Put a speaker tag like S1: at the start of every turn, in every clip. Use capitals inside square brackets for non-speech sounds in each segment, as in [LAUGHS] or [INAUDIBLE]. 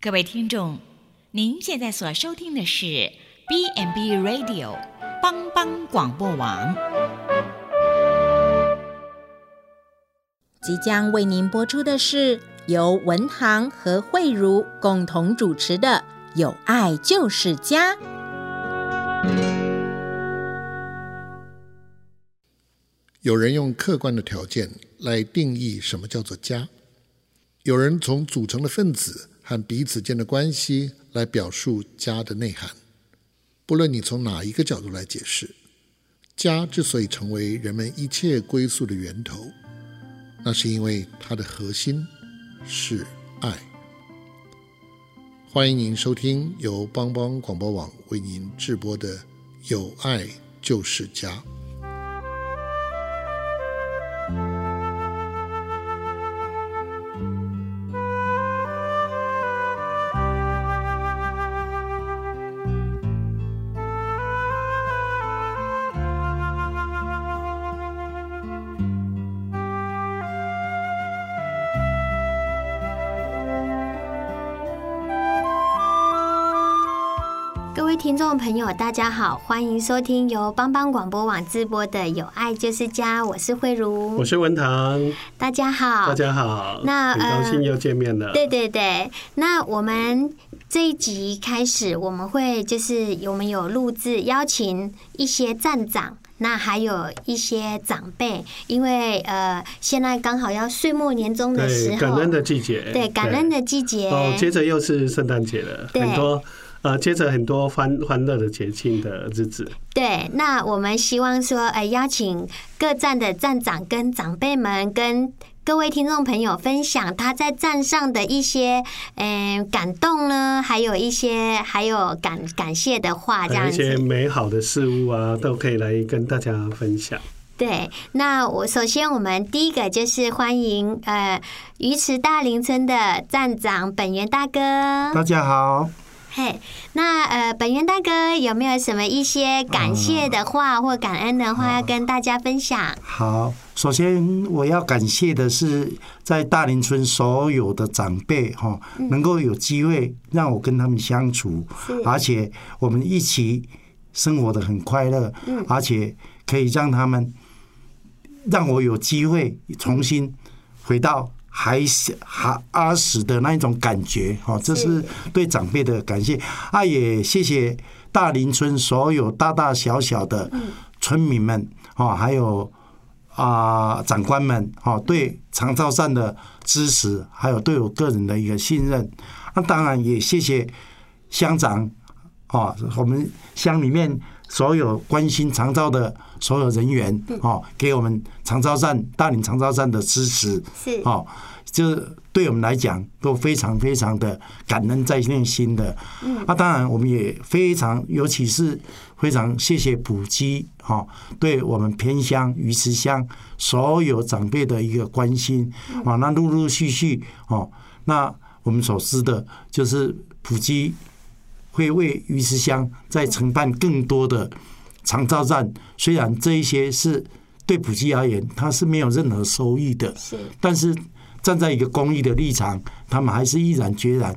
S1: 各位听众，您现在所收听的是 B m B Radio 帮帮广播网，
S2: 即将为您播出的是由文堂和慧茹共同主持的《有爱就是家》。
S3: 有人用客观的条件来定义什么叫做家，有人从组成的分子和彼此间的关系来表述家的内涵。不论你从哪一个角度来解释，家之所以成为人们一切归宿的源头，那是因为它的核心是爱。欢迎您收听由帮帮广播网为您直播的《有爱就是家》。
S4: 各位听众朋友，大家好，欢迎收听由帮帮广播网直播的《有爱就是家》，我是慧
S5: 我
S4: 茹，
S5: 是文堂，
S4: 大家好，
S5: 大家好，
S4: 那
S5: 很高兴
S4: 呃
S5: 又见面了。
S4: 对对对，那我们这一集开始，我们会就是我们有录制邀请一些站长。那还有一些长辈，因为呃，现在刚好要岁末年终的时
S5: 对，
S4: 候，
S5: 感恩的季节，
S4: 对感恩的季节，
S5: 哦，接着又是圣诞节了，
S4: 对
S5: 很多呃，接着很多欢欢乐的节庆的日子。
S4: 对，那我们希望说，呃，邀请各站的站长跟长辈们跟。各位听众朋友，分享他在站上的一些，嗯、感动呢，还有一些，还有感感谢的话，啊这
S5: 还有
S4: 样
S5: 一些
S4: 子。
S5: 美好的事物啊，都可以来跟大家分享。
S4: 对，那我首先我们第一个就是欢迎呃鱼池大林村的站长本源大哥。
S6: 大家好，
S4: 嘿，那呃本源大哥有没有什么一些感谢的话或感恩的话要跟大家分享？
S6: 好。首先我要感谢的是，在大林村所有的长辈哈，能够有机会让我跟他们相处，而且我们一起生活的很快乐，而且可以让他们让我有机会重新回到还是还阿史的那一种感觉，哈，这是对长辈的感谢。啊，也谢谢大林村所有大大小小的
S4: 嗯
S6: 村民们，哦，还有啊、长官们，哦，对长照站的支持，还有对我个人的一个信任。那、当然也谢谢乡长，哦，我们乡里面所有关心长照的所有人员，哦，给我们长照站大林长照站的支持，
S4: 是
S6: 哦，这对我们来讲都非常非常的感恩在内心的。
S3: 嗯
S6: 啊，当然我们也非常，尤其是非常谢谢普及哦，对我们偏乡、鱼池乡所有长辈的一个关心哦。那陆陆续续哦，那我们所知的就是普及会为鱼池乡再承办更多的长照站，虽然这一些是对普及而言，它是没有任何收益的，但是站在一个公益的立场，他们还是毅然决然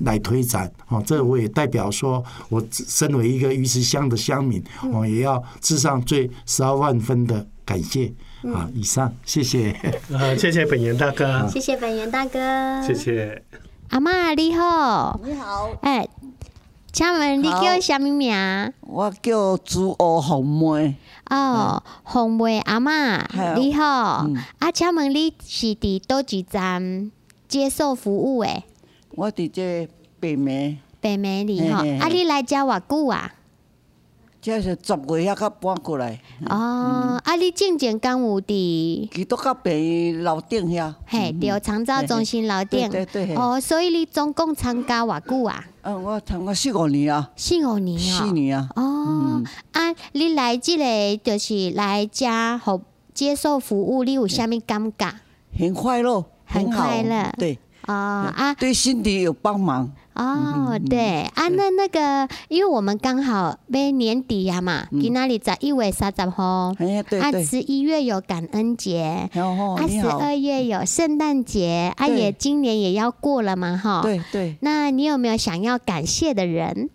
S6: 来推展。哦，这我也代表说，我身为一个鱼池乡的乡民，
S5: 嗯
S6: 我也要致上最十二万分的感谢啊！以上，谢谢。啊
S5: 啊，嗯 [LAUGHS] 谢谢本源大哥，
S4: 谢谢本源大哥，
S5: 嗯谢谢。
S4: 阿嬷你好，
S7: 你好，
S4: 哎、请问你
S7: 好
S4: 叫什么名？
S7: 我叫朱欧红妹，
S4: 哦，红梅阿嬷
S7: 嗨
S4: 你好。
S7: 嗯
S4: 啊，请问你是伫多一站接受服务诶？
S7: 我伫这北门，
S4: 北美里
S7: 嘿
S4: 吼，
S7: 嘿
S4: 啊，
S7: 嘿
S4: 你来遮偌久啊？
S7: 这是十月遐甲搬过来，嗯
S4: 哦，啊，你进前敢有伫？
S7: 基督教病院楼顶遐。
S4: 嘿，
S7: 嗯
S4: 着长照中心楼顶。
S7: 对对对
S4: 哦，所以你总共参加偌久啊？
S7: 嗯，我参加四五年啊，
S4: 四五年哦。
S7: 四年啊，
S4: 哦，啊，你来即个就是来遮服接受服务，你有啥物感觉？
S7: 很快乐，
S4: 很
S7: 好
S4: 快乐
S7: 对，
S4: 哦啊
S7: 对身体有帮忙。嗯
S4: 哦哦，对啊，那那个，因为我们刚好被年底呀嘛，今那里在一月三十号，
S7: 嗯哎呀，对
S4: 啊，
S7: 对，
S4: 十一月有感恩节，
S7: 然后
S4: 啊，
S7: 你
S4: 十
S7: 好，
S4: 二月有圣诞节，啊，
S7: 对
S4: 也今年也要过了嘛，哈。
S7: 对对，
S4: 那你有没有想要感谢的人？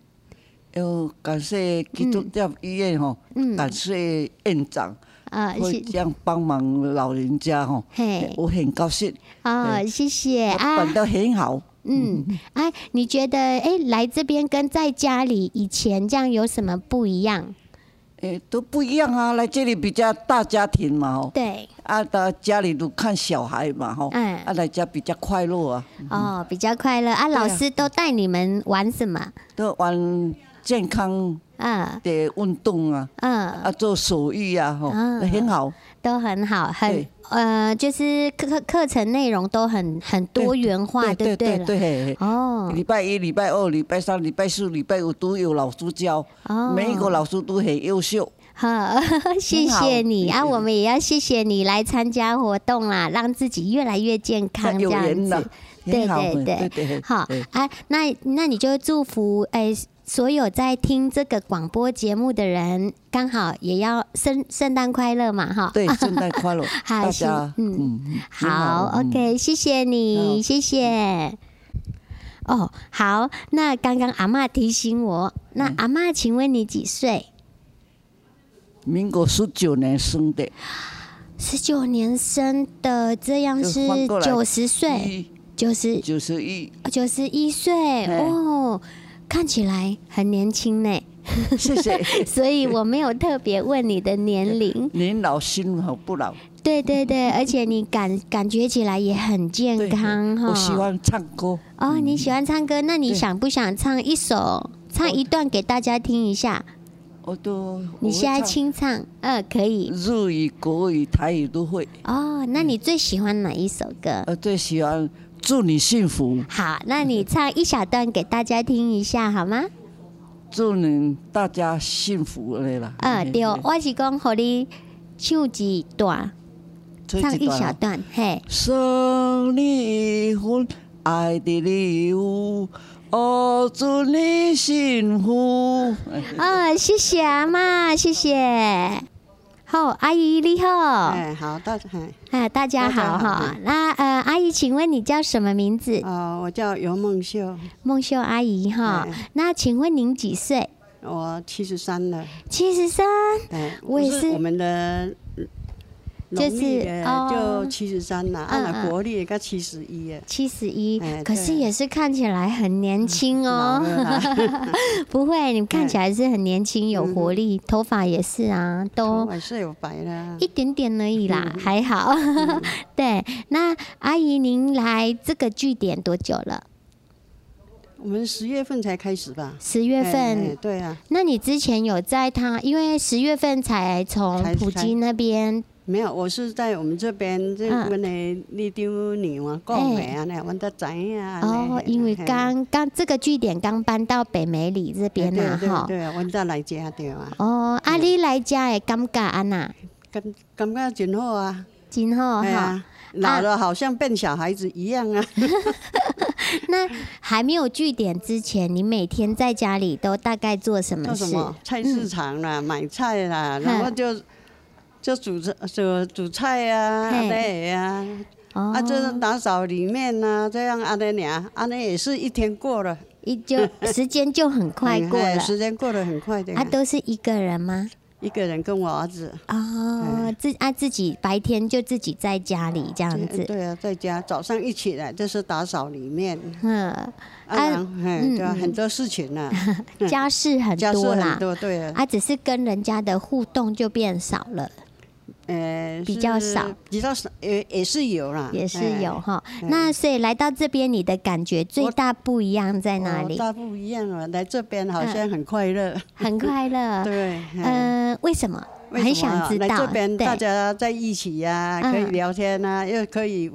S7: 要感谢基督教医院吼，
S4: 嗯，
S7: 感谢院长
S4: 啊，
S7: 会
S4: 是，
S7: 这样帮忙老人家吼，
S4: 嘿，
S7: 我很高兴，
S4: 哦，谢谢
S7: 我
S4: 啊
S7: 办，得很好。
S4: 嗯，哎，你觉得，哎，来这边跟在家里以前这样有什么不一样？
S7: 诶，都不一样啊！来这里比较大家庭嘛吼，
S4: 对，
S7: 啊，到家里都看小孩嘛吼，
S4: 嗯
S7: 啊，来家比较快乐啊，
S4: 哦，比较快乐啊！老师都带你们玩什么？
S7: 都玩健康
S4: 嗯
S7: 的运动啊，
S4: 嗯，
S7: 啊，做手艺啊吼，
S4: 啊
S7: 很好，
S4: 都很好，很
S7: 对
S4: 呃，就是课课课程内容都很很多元化，对不
S7: 对对
S4: 了
S7: 对，嘿嘿
S4: 哦
S7: 礼拜一、礼拜二、礼拜三、礼拜四、礼拜五都有老师教，
S4: 哦，
S7: 每一个老师都很优秀。
S4: 好， [LAUGHS] 谢谢你啊！
S7: 嗯
S4: 我们也要谢谢你来参加活动啦，让自己越来越健康，这
S7: 有
S4: 样
S7: 缘
S4: 子
S7: 了。，
S4: 对
S7: 很好
S4: 对对
S7: 对对，
S4: 好
S7: 对
S4: 啊，那那你就祝福哎、所有在听这个广播节目的人，刚好也要圣圣诞快乐嘛，哈。
S7: 对，圣诞快乐，
S4: [LAUGHS] 好
S7: 大
S4: 是
S7: 家，
S4: 嗯
S7: 嗯，很
S4: 好
S7: 嗯
S4: ，OK，谢谢你，
S7: 好
S4: 谢谢。哦，好，那刚刚阿嬷提醒我，
S7: 嗯
S4: 那阿嬷，请问你几岁？
S7: 民国十九年生的，
S4: 十九年生的，这样
S7: 就是翻过来
S4: 九十岁，
S7: 一
S4: 九十
S7: 九十一，
S4: 九十一岁
S7: 哎
S4: 哦，看起来很年轻呢。
S7: 谢谢。
S4: [LAUGHS] 所以我没有特别问你的年龄
S7: [LAUGHS] 您老心好不老？
S4: 对对对，而且你感感觉起来也很健康哈。
S7: 我喜欢唱歌，
S4: 哦，你喜欢唱歌，那你
S7: 对
S4: 想不想唱一首？唱一段给大家听一下，
S7: 我都
S4: 你现在
S7: 我会唱
S4: 清唱，呃，可以
S7: 日语、国语、台语都会，
S4: 哦。那你最喜欢哪一首歌？
S7: 我最喜欢祝你幸福，
S4: 好，那你唱一小段给大家听一下好吗？
S7: 祝你大家幸福的啦。
S4: 呃，
S7: 嘿
S4: 对，，我是讲和你唱几段，
S7: 嘿
S4: 唱一。
S7: 这段
S4: 小
S7: 啊
S4: 段，嘿，
S7: 生离婚，爱的礼物，哦，祝你幸福。哎
S4: 哦，谢谢阿妈，谢谢。好，阿姨你好。
S8: 哎，好，大家哎，
S4: 啊，大家好
S8: 大家好
S4: 哈
S8: 嗯。
S4: 那呃，阿姨，请问你叫什么名字？
S8: 哦，我叫尤梦秀，
S4: 梦秀阿姨哈。
S8: 哎
S4: 那请问您几岁？
S8: 我七十三了，
S4: 七十三。
S8: 哎，
S4: 我也是
S8: 我们的
S4: 就是
S8: 农历的
S4: 哦
S8: 就七十三了，按
S4: 嗯嗯
S8: 了国历该七十一了。
S4: 七十一
S8: 哎，
S4: 可是
S8: 对嗯
S4: 也是看起来很年轻
S8: 老
S4: 哦。
S8: 了啦
S4: [LAUGHS] 不会，你看起来是很年轻，有活力，头发也是啊，
S8: 头
S4: 都
S8: 发是有哦白了嗯
S4: 一，点点而已啦，还好。 [LAUGHS] 对，那阿姨您来这个据点多久了？
S8: 我们十月份才开始吧？
S4: 十月
S8: 哎
S4: 份
S8: 哎对啊，
S4: 那你之前有在他，因为十月份才从
S8: 才
S4: 普
S8: 才
S4: 吉那边，
S8: 没有，我是在我们这边，这
S4: 嗯哎
S8: 阮的丽丢娘啊，讲话啊，呢，阮都知影啊。
S4: 哦
S8: 呢，
S4: 因为
S8: 嘿
S4: 刚刚这个据点刚搬到北美里这
S8: 哎
S4: 边
S8: 对
S4: 啦，
S8: 对
S4: 哈。
S8: 对，阮才来遮对啊，
S4: 哦，啊，你来家的感觉安那？
S8: 感感觉真好啊。
S4: 真好
S8: 哎
S4: 哈。啊
S8: 呀，老了好像变小孩子一样啊！
S4: [LAUGHS] 那还没有据点之前，你每天在家里都大概做什么
S8: 做什
S4: 事？嗯
S8: 么菜市场啦，买菜啦，然后就就煮煮煮菜啊，
S4: 嘿
S8: 对呀，
S4: 哦
S8: 啊，就是打扫里面啊，这样啊的俩，啊那也是一天过了，
S4: 一就时间就很快
S8: 嗯
S4: 过
S8: [LAUGHS] 哎
S4: 了。
S8: 时间过得很快的
S4: 啊，。都是一个人吗？
S8: 一个人跟我儿子，哎
S4: 哦，自啊自己白天就自己在家里这样子，
S8: 对啊，在家早上一起来就是打扫里面，
S4: 嗯，
S8: 啊，
S4: 啊
S8: 然后哎
S4: 嗯
S8: 对啊，
S4: 嗯
S8: 很多事情啊，
S4: [LAUGHS] 家事很
S8: 家事
S4: 多啦
S8: 很，多，对啊，
S4: 啊，只是跟人家的互动就变少了，
S8: 呃，
S4: 比较
S8: 是
S4: 少，
S8: 比较少，也也是有啦，
S4: 也是
S8: 哎
S4: 有哈。那所以来到这边，你的感觉最大不一样在哪
S8: 哦
S4: 里？嗯
S8: 大不一样啊！来这边好像很快乐，
S4: 很快乐，
S8: [LAUGHS] 对，嗯，
S4: 嗯，为什么？
S8: 为
S4: 很
S8: 什么啊
S4: 想知
S8: 来
S4: 道
S8: 这边
S4: 对
S8: 大家在一起呀、
S4: 嗯
S8: 啊可以聊天啊，又可以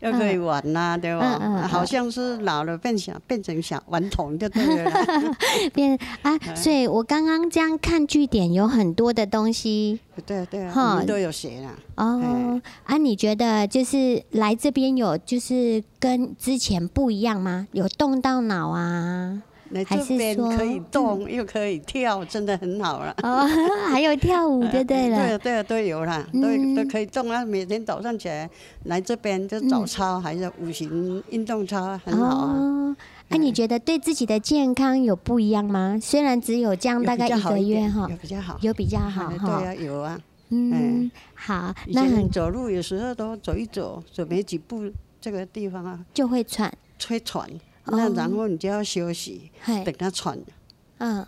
S8: 又可以玩啦、对吧、
S4: 嗯嗯嗯
S8: 好像是老了变小，变成小顽童就对
S4: [LAUGHS]
S8: 了啦。
S4: 变啊，
S8: 嗯
S4: 所以我刚刚这样看据点有很多的东西
S8: 对啊对啊，
S4: 哈
S8: 我们都有学啦。
S4: 哦。啊，你觉得就是来这边有就是跟之前不一样吗？有动到脑啊？
S8: 来
S4: 还
S8: 这
S4: 是
S8: 边
S4: 说
S8: 可以动，又可以跳，真的很好了。
S4: 哦， [LAUGHS] 还有跳
S8: [LAUGHS]
S4: 舞就嗯对了。
S8: 哎对对都有啦，
S4: 嗯
S8: 都都可以动啊！每天早上起来来这边就早操，还有五行运动操，很好啊。
S4: 嗯哦，那、你觉得对自己的健康有不一样吗？虽然只有这样
S8: 有
S4: 大
S8: 比
S4: 概
S8: 较
S4: 一
S8: 好
S4: 个
S8: 一
S4: 月
S8: 点
S4: 哈
S8: 有，比较好，
S4: 有比较好
S8: 哎
S4: 哈。
S8: 对啊，有啊。
S4: 嗯，好，
S8: 以
S4: 那
S8: 前
S4: 很
S8: 走路有时候都走一走，走没几步，这个地方啊
S4: 就会喘，
S8: 吹喘，
S4: 哦
S8: 那然后你就要休息，
S4: 嘿，
S8: 等它喘，
S4: 嗯，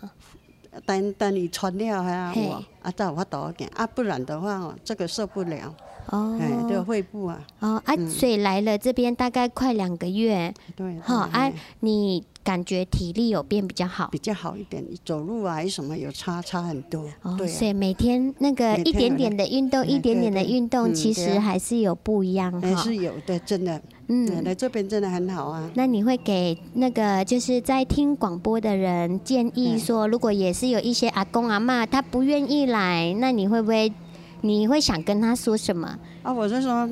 S8: 等等你喘了啊，
S4: 嘿
S8: 我啊再我倒点啊，不然的话哦，这个受不了，哎，这个
S4: 哦，
S8: 肺部啊，
S4: 哦，啊，所以来了这边大概快两个月，
S8: 对，
S4: 好啊
S8: 对哎，
S4: 你感觉体力有变比较好
S8: 比。较好一点，走路啊什么有差差很多，
S4: 哦，
S8: 对啊
S4: 所以每天那个
S8: 每
S4: 一
S8: 天
S4: 点点
S8: 有
S4: 的运动，
S8: 哎
S4: 一点
S8: 对
S4: 点的
S8: 对
S4: 运动，
S8: 嗯
S4: 其
S8: 对
S4: 实
S8: 啊
S4: 还是有不一样
S8: 还
S4: 哈。
S8: 是有的，真的，哎
S4: 嗯，
S8: 来这边真的很好啊。
S4: 那你会给那个就是在听广播的人建议
S8: 嗯
S4: 说，如果也是有一些阿公阿嬷他不愿意来，那你会不会你会想跟他说什么？
S8: 啊，我是说，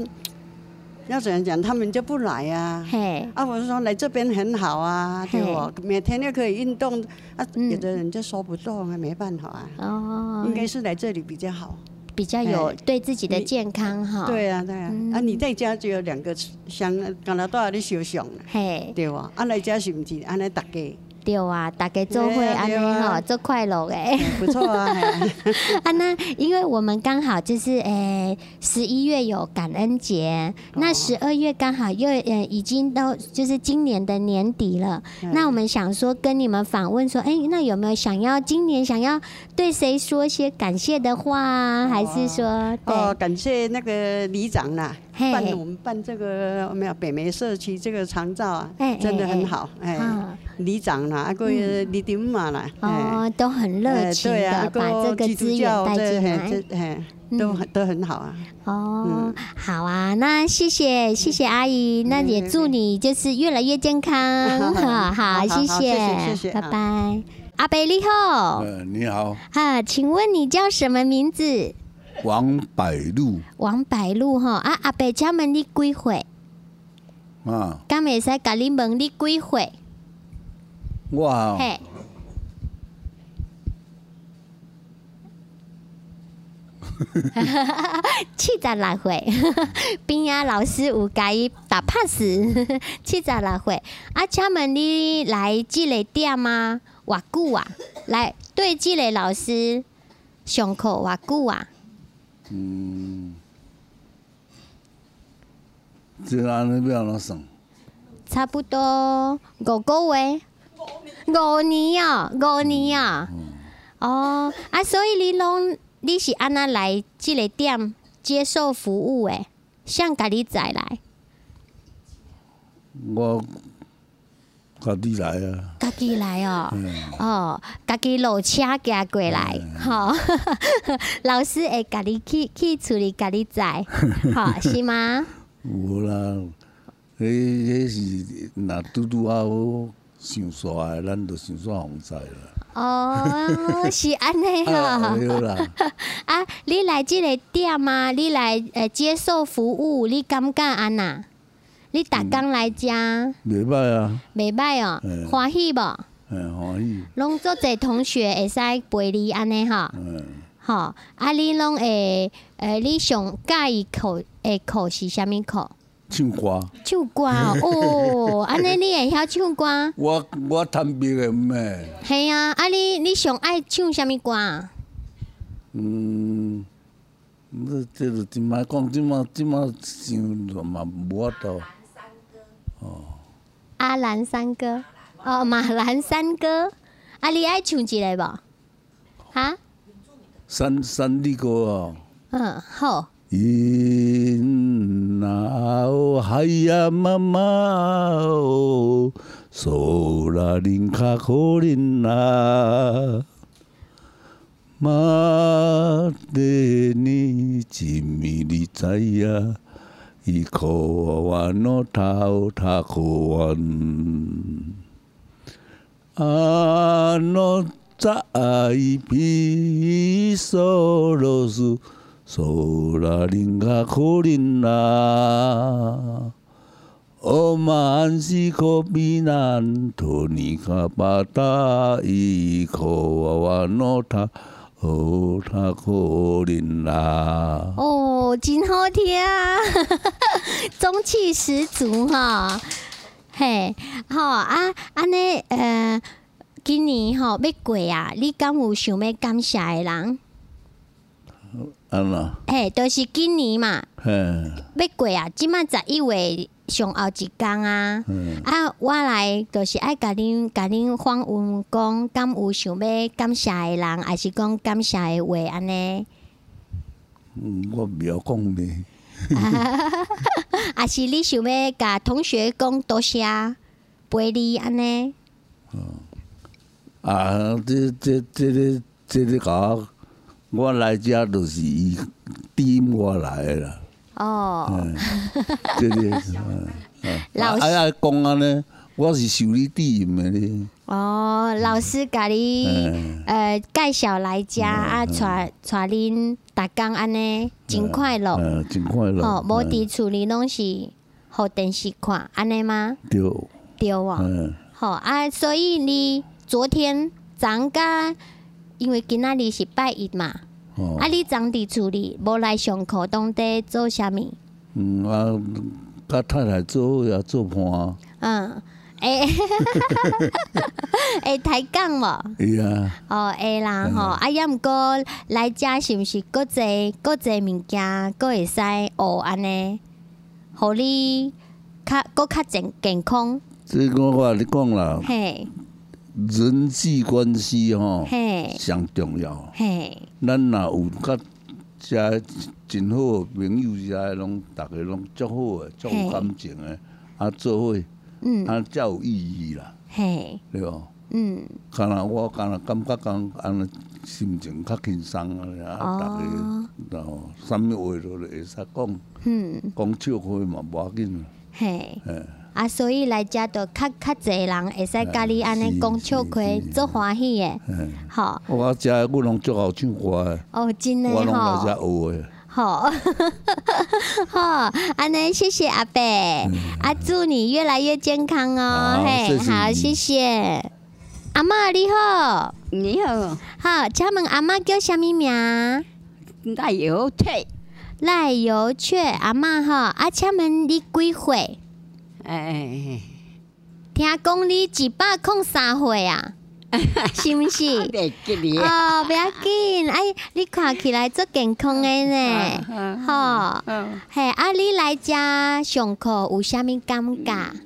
S8: 要怎样讲，他们就不来啊。
S4: 嘿，
S8: 啊，我是说来这边很好啊，对我每天又可以运动啊，
S4: 嗯
S8: 有的人就说不动啊，没办法啊，
S4: 哦
S8: 应，该是来这里比较好。
S4: 比较有
S8: 哎
S4: 对自己的
S8: 你
S4: 健康哈。，
S8: 对啊，对啊，啊，
S4: 嗯
S8: 你在家就有两个香，加拿大的休想啊，
S4: 嘿，
S8: 对哇，啊来家是不是安尼大家
S4: 对啊，大家做会
S8: 对啊
S4: 安尼
S8: 对啊
S4: 哈，做快乐诶。
S8: 不错啊，嘿
S4: [LAUGHS] 啊，那因为我们刚好就是诶，十一月有感恩节，
S8: 哦
S4: 那十二月刚好又呃已经都就是今年的年底了。
S8: 嗯
S4: 那我们想说跟你们访问说，哎、那有没有想要今年想要对谁说些感谢的话啊？还是说对、
S8: 哦，感谢那个里长啦，
S4: 嘿
S8: 办我们办这个没有北梅社区这个长照啊
S4: 哎哎，
S8: 真的很好，哎，
S4: 啊
S8: 里长啦，啊个里长嘛啦，哎。
S4: 嗯哦都很热
S8: 呃
S4: 情
S8: 对
S4: 的、
S8: 啊，
S4: 把这个
S8: 基督
S4: 资源
S8: 教
S4: 带
S8: 这
S4: 进
S8: 嘿
S4: 来。
S8: 这嘿都
S4: 嗯
S8: 很都很好啊。
S4: 哦，好啊，那谢谢谢谢阿姨，那也祝你就是越来越健康，好好，
S8: 嗯 [LAUGHS] 好好
S4: 谢
S8: 谢谢谢谢
S4: 拜
S8: 啊
S4: 拜。阿北你好，
S9: 呃，你好，
S4: 啊，请问你叫什么名字？
S9: 王百禄
S4: 王白露哈，啊，阿北请问你几岁？
S9: 啊，
S4: 敢会使甲你问你几岁？
S9: 我啊
S4: 嘿，七十六岁， [LAUGHS] 边啊老师有甲伊打 pass，七十六岁。啊，请问你来即个店吗？偌久啊？来对即个老师上课偌久啊？
S9: 嗯这安尼要安怎算？
S4: 差不多五个月，五年啊、五年啊、哦啊，所以你拢你是安那来即个店接受服务诶？想甲你再来，
S9: 我家己来啊，
S4: 家己来哦、
S9: 嗯
S4: 哦，家己落车行过来，吼、 [LAUGHS] 老师会甲你去去处理甲你载，好、是吗？
S9: 有啦，迄迄是若拄拄啊好想煞诶，咱就想煞防灾啦。
S4: 哦，是安尼
S9: 啊， [LAUGHS]
S4: 哦。
S9: 好啦，
S4: 啊，你来即个店啊，你来呃接受服务，你感觉安那？你逐工来遮
S9: 袂歹啊，
S4: 袂歹哦，
S9: 嗯
S4: 欢喜无？
S9: 嗯，欢喜，
S4: 拢做者同学会使陪你安尼吼，
S9: 嗯，
S4: 吼啊，你拢会呃，你上介意课诶课是啥物课？
S9: 唱歌，
S4: 唱歌
S9: [LAUGHS]
S4: 哦，哦，安尼你会晓唱歌？
S9: 我我贪别个咩？
S4: 嘿啊，啊你你上爱唱啥物歌啊？
S9: 嗯，你这就真歹讲，即马即马想就嘛无法度。哦
S4: 阿兰山歌，哦，马兰山歌，啊你爱唱一个无？哈？
S9: 三三里歌哦。
S4: 嗯，好，
S9: 因那哦，海呀妈妈哦，索拉林卡可林呐，马的你一米里在呀，伊口啊诺头他口啊，啊诺在比索罗斯索拉林卡库林呐。おまんしこびなんとにかばたいこわのたおたこりんな。
S4: 哦，真好听啊， [LAUGHS] 中气十足哈、嘿，好啊，安尼呃，今年吼、要过啊，你敢有想要感谢的人？
S9: あな。
S4: 嘿，都、就是今年嘛，
S9: へ
S4: 要过啊，即满十一月上后一天啊，
S9: 嗯
S4: 啊，我来就是爱甲恁甲恁访问讲，敢有想要感谢的人，还是讲感谢的话安尼？
S9: うん我不要讲呢。
S4: [LAUGHS] 啊，是你想要甲同学讲多谢陪你安尼？
S9: 啊，这这这个这个搞，我来遮都是伊点我来的啦。
S4: 哦，
S9: 这个
S4: 老
S9: 啊
S4: 师
S9: 啊，讲安尼，我是受你指引的呢。
S4: 哦，老师甲你
S9: 嗯
S4: 呃介绍来遮啊，带带恁逐工安尼真快乐。
S9: 嗯，真快乐。
S4: 哦，无
S9: 嗯
S4: 伫厝里拢是互电视看安尼吗？
S9: 对，
S4: 对哦。
S9: 嗯。
S4: 好啊，所以你昨天昨甲因为今仔日是拜一嘛，
S9: 哦
S4: 啊，你昨伫厝里无来上课，当地做啥物？
S9: 嗯啊，甲太太做伙也做伴，
S4: 嗯，诶、 [LAUGHS] 会抬杠无？
S9: 会啊，
S4: 哦，会啦吼，啊，抑毋过来遮是毋是搁济搁济物件，搁会使学安尼，互你较搁较健健康，
S9: 这个我跟你讲啦，
S4: 嘿，
S9: 人际关系吼
S4: 嘿，
S9: 上重要。
S4: 嘿，
S9: 咱若有甲遮真好的朋友，遮拢逐个拢足好诶，足有感情诶，啊做伙，
S4: 嗯，
S9: 啊才有意义啦，
S4: 嘿，
S9: 对无？
S4: 嗯，
S9: 敢若我敢若感觉讲安尼心情较轻松啊，
S4: 哦
S9: 啊，逐个哦，啥物话都会使讲，
S4: 嗯，
S9: 讲笑话嘛无要紧啦，
S4: 嘿，
S9: 嘿。
S4: 啊，所以来遮就较较济人会使甲你安尼
S9: 是
S4: 讲笑
S9: 是
S4: 话，
S9: 是
S4: 足欢喜诶，
S9: 嘿
S4: 吼，
S9: 我遮我拢足好唱歌的，
S4: 哦，真诶
S9: 我拢来
S4: 吼。
S9: 遮学的。
S4: 好， [LAUGHS] 好，安尼谢谢阿伯，啊，祝你越来越健康哦，
S9: 嗯好
S4: 嘿，
S9: 谢谢
S4: 好，
S9: 你
S4: 谢谢。阿嬷你好，
S10: 你好，
S4: 好，请问阿嬷叫什么名？
S10: 那有退，
S4: 赖油雀阿嬷吼，啊，请问你几岁？
S10: 哎，
S4: 听讲你一百空三岁
S10: [LAUGHS]
S4: 啊，是毋是？
S10: 别给你，
S4: 哦，不要紧，哎，你看起来足健康的呢，
S10: [LAUGHS] 嗯
S4: 吼、
S10: 嗯
S4: 嘿，啊，你来遮上课有啥物感觉？
S10: 嗯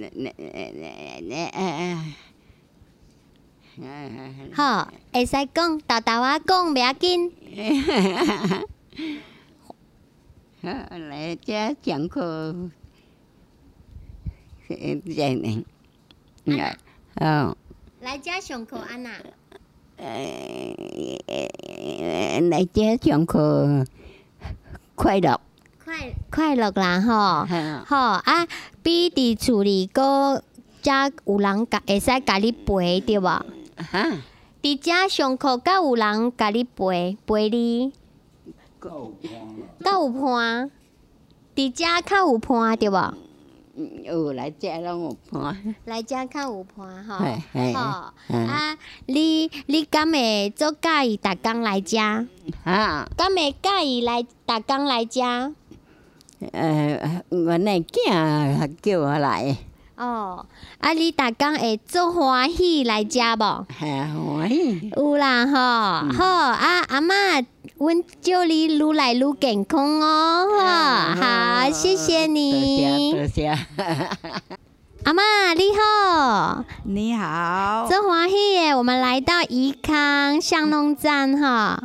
S10: 那那那那哎哎，
S4: 吼、会使讲，豆豆啊讲，不要紧，
S10: [LAUGHS] 来这讲课，讲呢，哎，哦，
S4: 来遮上课安娜，
S10: 哎，来这讲课，快乐，
S4: 快快乐啦吼，吼、啊，比伫厝里个遮有人甲会使甲你陪对无？
S10: 哈，
S4: 伫遮上课，甲有人甲你陪陪你，甲有伴，伫遮较有伴对无？
S10: 有来这让我看，
S4: 来遮较有伴吼，
S10: 哎哎
S4: 吼
S10: 哎
S4: 啊！你你敢会做介意逐工来遮？
S10: 哈。
S4: 敢会介意来逐工来遮？
S10: 呃，我那囝叫我来，
S4: 哦，啊！你逐工会做欢喜来遮无？
S10: 吓欢喜，嗯
S4: 有啦吼，好啊！阿嬷，阮祝你愈来愈健康哦！吼，好，谢谢
S10: 啊多
S4: 你，
S10: 谢多谢，
S4: [LAUGHS] 阿嬷你好。
S11: 你好，
S4: 真欢喜耶！我们来到宜康巷弄站哈，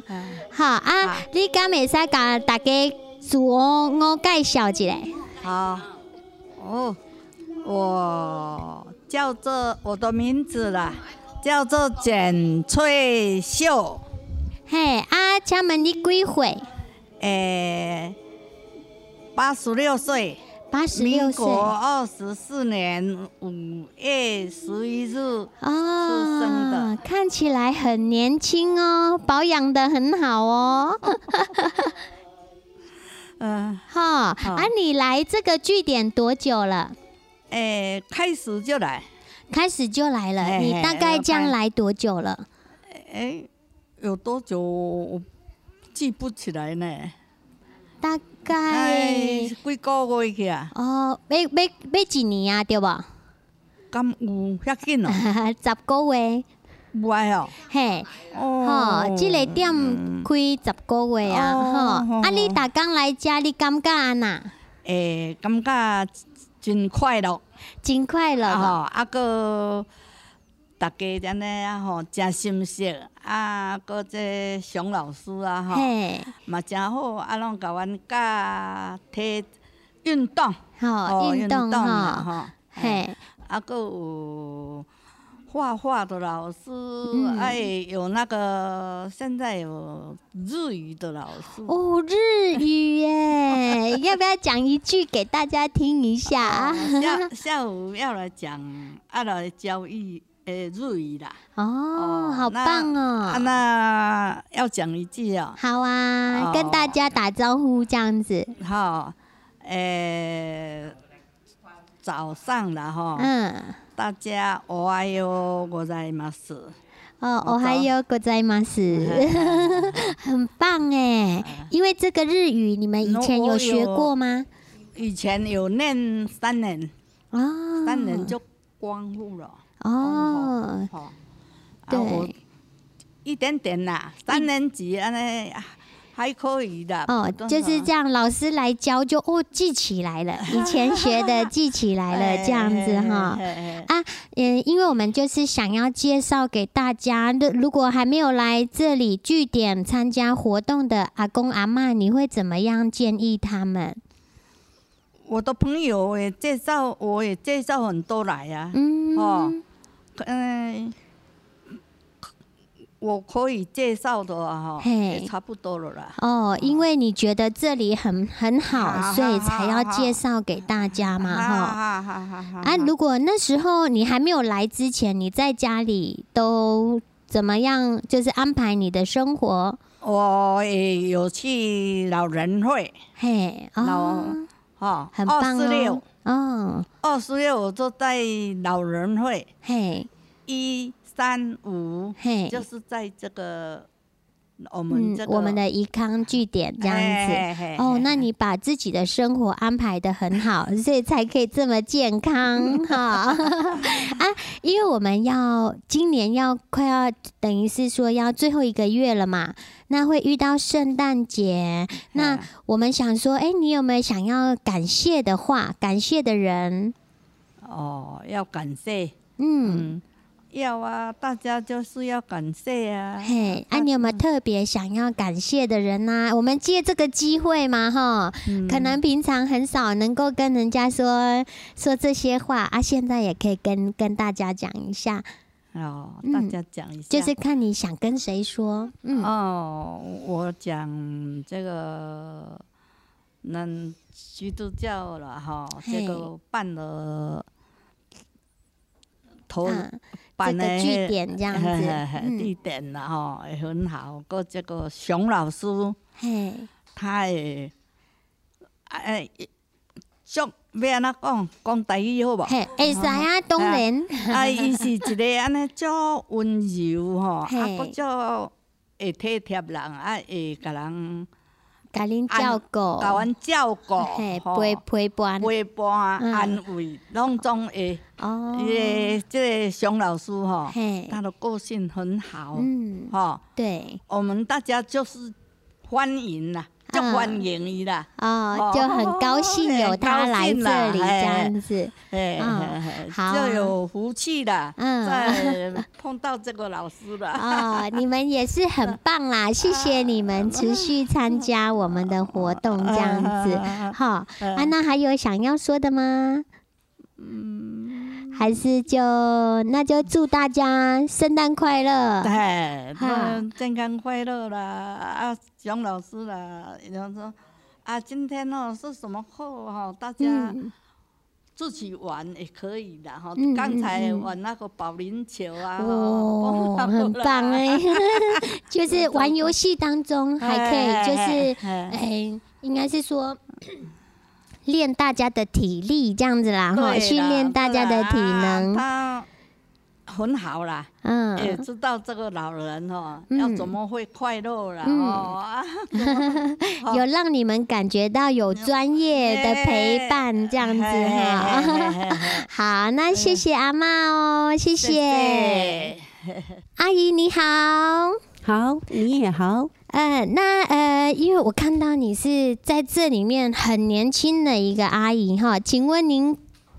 S4: 好啊
S11: 嗯好，
S4: 你敢会使甲大家自我我介绍一下？
S11: 好，哦，我叫做我的名字啦，叫做简翠秀，
S4: 嘿，啊，请问你几岁？
S11: 诶、8八十六岁，
S4: 八十六
S11: 民
S4: 岁
S11: 国二十四年五月十一日出生的。
S4: 啊，哦看起来很年轻哦，保养的很好
S11: [LAUGHS]
S4: 哦。
S11: 嗯，
S4: 哈，
S11: 好
S4: 啊，你来这个据点多久了？
S11: 诶、开始就来，
S4: 开始就来了，
S11: 哎
S4: 你大概
S11: 哎
S4: 这样来多久了？
S11: 诶、有多久我记不起来呢？
S4: 大概
S11: 哎，几个月去啊？
S4: 哦，要要要几年啊，对不？
S11: 咁有遐紧哦
S4: [LAUGHS] 十个月。
S11: 喂哦，嗯
S4: 嘿，吼，即个店开十个月啊，
S11: 哦
S4: 吼，啊，你逐工来遮，你感觉安那？
S11: 诶、感觉真快乐，
S4: 真快乐
S11: 吼、啊个。大家安尼啊吼，真心惜啊，个这熊老师啊吼
S4: 嘿，
S11: 嘛真好啊，拢甲阮教体运动，
S4: 吼，
S11: 哦
S4: 运动
S11: 啦
S4: 吼，
S11: 吼，
S4: 嘿，
S11: 啊个有画画的老师，
S4: 嗯
S11: 哎、有那个现在有日语的老师，
S4: 哦，日语
S11: [LAUGHS]
S4: 耶，要不要讲一句给大家听一下啊？
S11: 下下午要来讲，要来教育诶日语啦。
S4: [LAUGHS] 哦，好
S11: 那
S4: 棒
S11: 啊，
S4: 哦！
S11: 那要讲一句哦，
S4: 好啊，
S11: 哦
S4: 跟大家打招呼这样子。
S11: 好，诶，早上了哈，
S4: 嗯，
S11: 大家おはようございます。
S4: 哦，
S11: 好
S4: 我还有国在吗？是，很棒哎！因为这个日语，你们以前有学过吗？
S11: 以前有念三年，
S4: 啊
S11: 三年就光复了。
S4: 哦，
S11: 哦，啊，我
S4: 对，
S11: 一点点啦，三年级安尼啊还可以的。
S4: 哦，就是这样，老师来教就哦记起来了，以前学的记起来了，这样子哈。啊，嗯，因为我们就是想要介绍给大家，如如果还没有来这里据点参加活动的阿公阿嬷，你会怎么样建议他们？
S11: 我的朋友也介绍，我也介绍很多来呀、啊。
S4: 嗯，
S11: 哦，可嗯、我可以介绍的哈、哦，
S4: 嘿
S11: 也差不多了啦。
S4: 哦，因为你觉得这里很很好，所以才要介绍给大家嘛，哈。
S11: 哈哈哈哈！
S4: 啊，如果那时候你还没有来之前，你在家里都怎么样？就是安排你的生活，
S11: 我也有去老人会，
S4: 嘿，
S11: 老
S4: 哦，
S11: 哈，
S4: 很
S11: 二
S4: 棒
S11: 十
S4: 哦
S11: 六，，
S4: 哦，
S11: 二十六我就在老人会
S4: 嘿，
S11: 一三五
S4: 嘿，
S11: 就是在这个我们
S4: 嗯
S11: 这，个
S4: 我们的怡康据点这样
S11: 嘿嘿嘿
S4: 子，哦，那你把自己的生活安排的很
S11: [LAUGHS]
S4: 好，所以才可以这么健康哈。啊，因为我们要今年要快要等于是说要最后一个月了嘛，那会遇到圣诞节，那我们想说，哎，你有没有想要感谢的话，感谢的人？
S11: 哦要感谢，
S4: 嗯，
S11: 要啊，大家就是要感谢啊。
S4: 嘿，啊，你有没有特别想要感谢的人呢、我们借这个机会嘛，哈，
S11: 嗯
S4: 可能平常很少能够跟人家说说这些话啊，现在也可以跟跟大家讲一下，
S11: 哦，
S4: 嗯
S11: 大家讲一下，
S4: 就是看你想跟谁说。嗯，
S11: 哦，我讲这个，那基督教了哈，
S4: 嘿
S11: 这个办了头
S4: 啊这
S11: 办了
S4: 个据点这样子
S11: 嘿嘿嘿
S4: 嗯
S11: 地点了哈，也很好。个这个熊老师，
S4: 嘿，
S11: 他也哎，足要安怎讲讲台语好无？哦
S4: 嘿，会使啊，当然，
S11: 啊，伊是一个安尼足温柔吼，啊，
S4: 嘿
S11: 佫足会体贴人，啊，会甲人
S4: 甲恁照顾，
S11: 甲阮照顾，
S4: 嘿，
S11: 吼
S4: 陪陪伴，
S11: 陪伴、
S4: 嗯
S11: 安慰，拢总会。
S4: 哦，
S11: 伊个即个熊老师吼
S4: 嘿，
S11: 他的个性很好，
S4: 嗯，
S11: 吼，
S4: 对，
S11: 我们大家就是欢迎啦，足
S4: 嗯
S11: 欢迎伊啦，
S4: 哦
S11: 哦，哎
S4: 就很高兴有他来
S11: 很
S4: 这
S11: 高兴哎啦
S4: 里这
S11: 嘿
S4: 样子，
S11: 嘿
S4: 嗯
S11: 嘿嘿
S4: 好啊
S11: 就有福气啦，
S4: 嗯 [LAUGHS]
S11: 再碰到这个老师了。
S4: 哦，你们也是很棒啦！谢谢你们持续参加我们的活动，这样子。好啊，那还有想要说的吗？嗯，还是就那就祝大家圣诞快乐。
S11: [LAUGHS] 哎，
S4: 哈
S11: 那健康快乐啦，啊，熊老师啦，然后说，啊，今天哦是什么课哦，大家
S12: 嗯
S11: 自己玩也可以的哈
S4: 嗯嗯。
S11: 刚才
S4: 嗯
S11: 玩那个保龄球啊，
S4: 哦，很棒哎，就是玩游戏当中还可以，就是哎，应该是说练大家的体力这样子啦，哈，
S11: 对
S4: 哦训
S11: 啦
S4: 练大家的体能。
S11: 他很好啦，
S4: 嗯
S11: 也知道这个老人哦，
S4: 嗯
S11: 要怎么会快乐啦，
S4: 嗯
S11: 哦啊，
S4: 有让你们感觉到有专业的陪伴这样子哈。 [LAUGHS] 好，那谢谢阿妈哦，谢谢阿姨，你好，
S13: 好，你也好。
S4: 呃，那呃，因为我看到你是在这里面很年轻的一个阿姨哈，请问您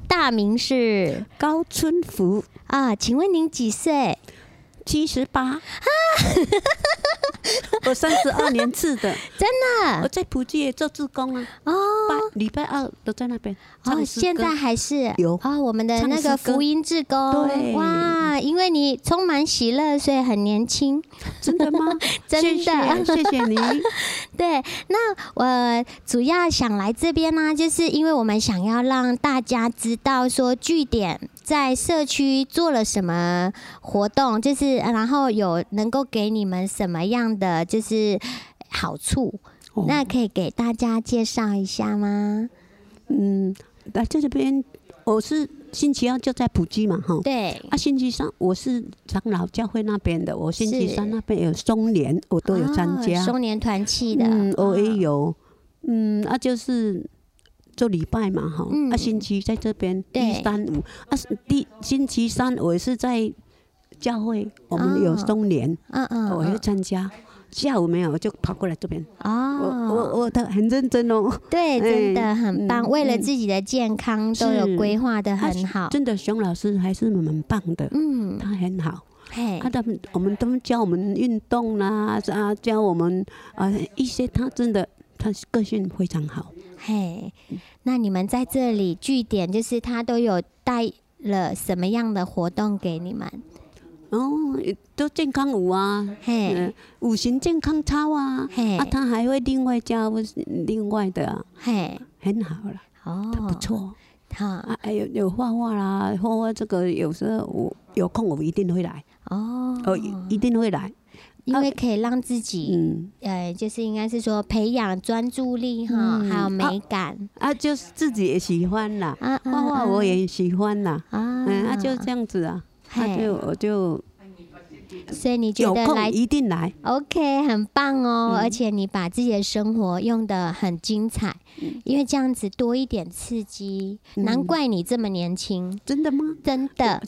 S4: 大名是
S13: 高春福
S4: 啊？请问您几岁？
S13: 七十八
S4: [LAUGHS]
S13: 啊，我三十二年次的，
S4: 真的。
S13: 我在普吉也做志工啊，
S4: 哦，
S13: 礼拜二都在那边
S4: 哦，
S13: 唱诗歌
S4: 现在还是
S13: 有
S4: 哦，我们的
S13: 唱
S4: 那
S13: 诗
S4: 个
S13: 歌
S4: 福音志工，
S13: 对
S4: 哇，因为你充满喜乐，所以很年轻，
S13: 真
S4: [LAUGHS]
S13: 的吗？
S4: 真
S13: 谢
S4: 的，
S13: 谢谢谢你。
S4: [LAUGHS] 对，那我主要想来这边呢、就是因为我们想要让大家知道说据点在社区做了什么活动，就是呃然后有能够给你们什么样的就是好处，
S13: 哦
S4: 那可以给大家介绍一下吗？
S13: 嗯，来在这边，我是星期二就在普吉嘛，哈。
S4: 对。
S13: 啊，星期三我是长老教会那边的，我星期
S4: 是
S13: 三那边有松联，我都有参加。
S4: 哦、中年团契的，哦
S13: 嗯，我也有，嗯，啊，就是做礼拜嘛，哈，
S4: 嗯
S13: 啊，星期在这边
S4: 对
S13: 一三五，啊，是第星期三我也是在教会，我们有
S4: 哦
S13: 松联，
S4: 嗯嗯
S13: 我
S4: 嗯
S13: 会参加。下午没有，我就跑过来这边。
S4: 哦，
S13: 我我我的很认真哦。
S4: 对，真的很棒，
S13: 嗯
S4: 为了
S13: 嗯
S4: 自己的健康都
S13: 是
S4: 有规划的
S13: 啊
S4: 很好。
S13: 真的，熊老师还是蛮棒的，
S4: 嗯，
S13: 他很好。
S4: 嘿
S13: 啊，他们我们都教我们运动啦，啊，教我们啊一些，他真的他个性非常好。
S4: 嘿，
S13: 嗯
S4: 那你们在这里据点，就是他都有带了什么样的活动给你们？
S13: 哦，都健康舞啊，
S4: 嘿
S13: 呃，五行健康操啊，啊，他还会另外教另外的、啊，
S4: 嘿，
S13: 很好了，
S4: 哦，
S13: 不错，
S4: 好
S13: 啊，还有有画画啦，画画这个有时候我有空我一定会来，
S4: 哦，
S13: 哦，一定会来，
S4: 因为可以让自己，
S13: 嗯，
S4: 呃，就是应该是说培养专注力哈，
S13: 嗯
S4: 哦还有
S13: 啊
S4: 美感
S13: 啊，就是自己也喜欢啦，
S4: 啊啊
S13: 画画
S4: 啊
S13: 我也喜欢啦，
S4: 啊
S13: 嗯，啊，就这样子啊，
S4: 嘿
S13: 啊，就我就
S4: 所以你觉
S13: 有
S4: 得
S13: 空
S4: 来
S13: 一定来，
S4: OK，很棒哦！
S13: 嗯
S4: 而且你把自己的生活用的很精彩，因为这样子多一点刺激，
S13: 嗯
S4: 难怪你这么年轻。
S13: 真的吗？
S4: 真的，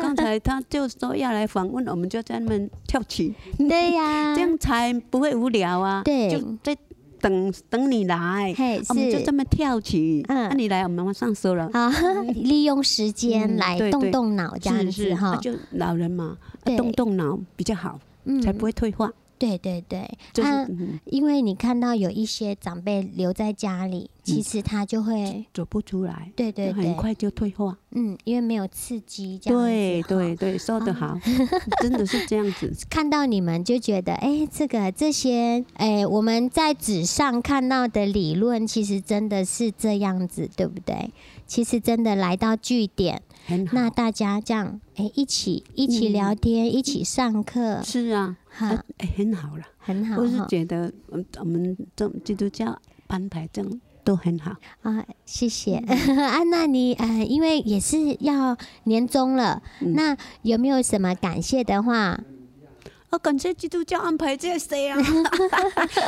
S13: 刚才他就说要来访问，我们就在那边跳起，
S4: 对
S13: [LAUGHS]
S4: 呀
S13: 这样才不会无聊啊。
S4: 对
S13: 就在等等你来
S4: 嘿，
S13: 我们
S4: 是
S13: 就这么跳起。
S4: 嗯
S13: 那你来，我们马上收了。
S4: 啊，利用时间
S13: 嗯
S4: 来
S13: 对
S4: 动
S13: 对
S4: 动脑这样
S13: 是是
S4: 子哈
S13: 啊。就老人嘛，啊
S4: 对
S13: 动动脑比较好，
S4: 嗯
S13: 才不会退化。
S4: 对对对，
S13: 就是
S4: 啊
S13: 嗯
S4: 因为你看到有一些长辈留在家里，其
S13: 嗯
S4: 实他就会，
S13: 走不出来，
S4: 对对
S13: 就
S4: 对
S13: 很快就退化。
S4: 嗯，因为没有刺激这样子。
S13: 对对哦对，说得好，真的是这样子。
S4: 啊 [LAUGHS] 看到你们就觉得，哎、这个这些，哎、我们在纸上看到的理论，其实真的是这样子，对不对？其实真的来到据点，那大家这样，哎、一起一起聊天，一起上课，
S13: 是啊，
S4: 哈、
S13: 啊哎很好了，
S4: 很好
S13: 我是
S4: 哈
S13: 觉得嗯我们这种基督教安排这样都很好。嗯
S4: 啊，谢谢 [LAUGHS] 啊。那你呃，因为也是要年终了，
S13: 嗯
S4: 那有没有什么感谢的话？
S13: 哦，感谢基督教安排这些
S4: [LAUGHS]
S13: 啊！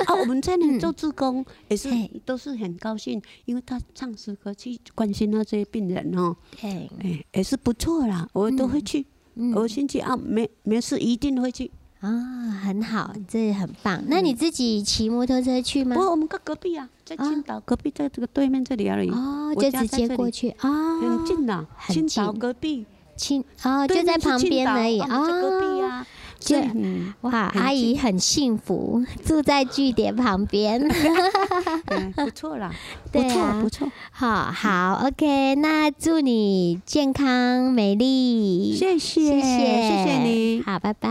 S13: 啊，我们在那里做志
S4: 嗯
S13: 工也是都是很高兴，因为他唱诗歌去关心到这些病人哦，
S4: 哎，
S13: 哎也是不错啦，我都会去，我星期二没没事一定会去。
S4: 嗯啊，很好，这很棒。那你自己骑摩托车去吗？
S13: 嗯不过我们隔隔壁啊，在青岛隔壁，在这个对面这里而已。
S4: 哦
S13: 哦
S4: 就直接过去啊，
S13: 很近的，青岛隔壁，
S4: 亲哦，
S13: 对
S4: 就在
S13: 面是
S4: 旁
S13: 青
S4: 边
S13: 岛
S4: 而已
S13: 啊我们在隔壁啊。
S4: 就
S13: 所以嗯
S4: 哇，
S13: 很
S4: 阿姨很幸福，住在据点
S13: [LAUGHS]
S4: 旁边，
S13: 哎不错啦，不
S4: [LAUGHS] 对
S13: 错
S4: 啊
S13: 不错，
S4: 好好，OK，那祝你健康美丽，
S13: 谢谢
S4: 谢谢
S13: 谢谢你
S4: 好，拜拜，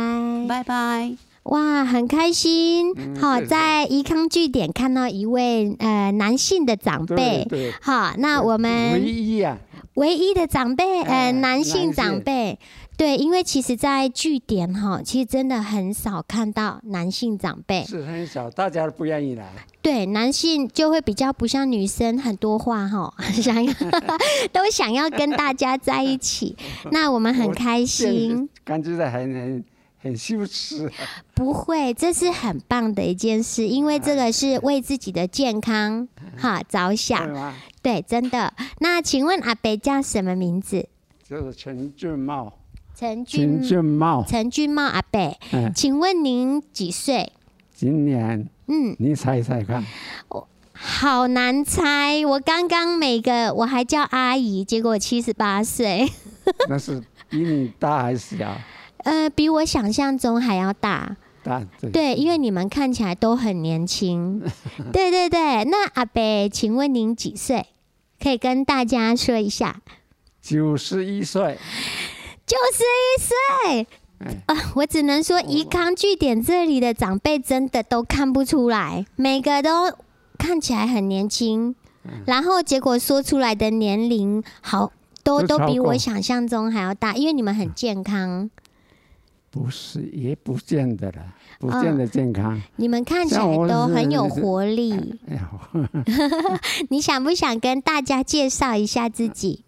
S13: 拜拜。
S4: 哇，很开心，
S12: 嗯
S4: 好、在怡康据点看到一位呃男性的长
S12: 对
S4: 辈
S12: 对，
S4: 好，那我们
S12: 唯一啊，哎
S4: 唯一的长辈，呃，男性
S12: 性
S4: 长辈。对，因为其实，在据点哈，其实真的很少看到男性长辈。
S12: 是很少，大家都不愿意来。
S4: 对，男性就会比较不像女生，很多话
S12: [LAUGHS]
S4: 哈，想要 [LAUGHS] 都想要跟大家在
S12: [LAUGHS]
S4: 一起。那我们很开心，，
S12: 感觉到很很很羞耻。
S4: 不会，这是很棒的一件事，因为这个是为自己的健康哈着
S12: 对
S4: 想
S12: 吗。
S4: 对，真的。那请问阿北叫什么名字？
S12: 就是陈俊茂，
S4: 陈
S12: 陈
S4: 俊
S12: 俊茂，
S4: 陈俊茂阿伯，
S12: 嗯
S4: 请问您几岁？
S12: 今年，
S4: 嗯，
S12: 你猜猜看，
S4: 好难猜，我刚刚每个我还叫阿姨，结果七十八岁， [LAUGHS]
S12: 那是比你大还是小？
S4: 呃，比我想象中还要大。
S12: 大，
S4: 对，因为你们看起来都很年 [LAUGHS] 轻。对对对，那阿伯，请问您几岁？可以跟大家说一下。
S12: 九十一岁，
S4: 九十一岁。啊、我只能说，怡康据点这里的长辈真的都看不出来，每个都看起来很年轻，然后结果说出来的年龄好都
S12: 都
S4: 都
S12: 超
S4: 比
S12: 过
S4: 我想象中还要大，因为你们很健康，
S12: 不是也不见得了，
S4: 哦
S12: 不见得健康。
S4: 你们看起来
S12: 像我
S4: 都
S12: 是
S4: 很有活力。
S12: 哎呀，
S4: [LAUGHS] 你想不想跟大家介绍一下自己？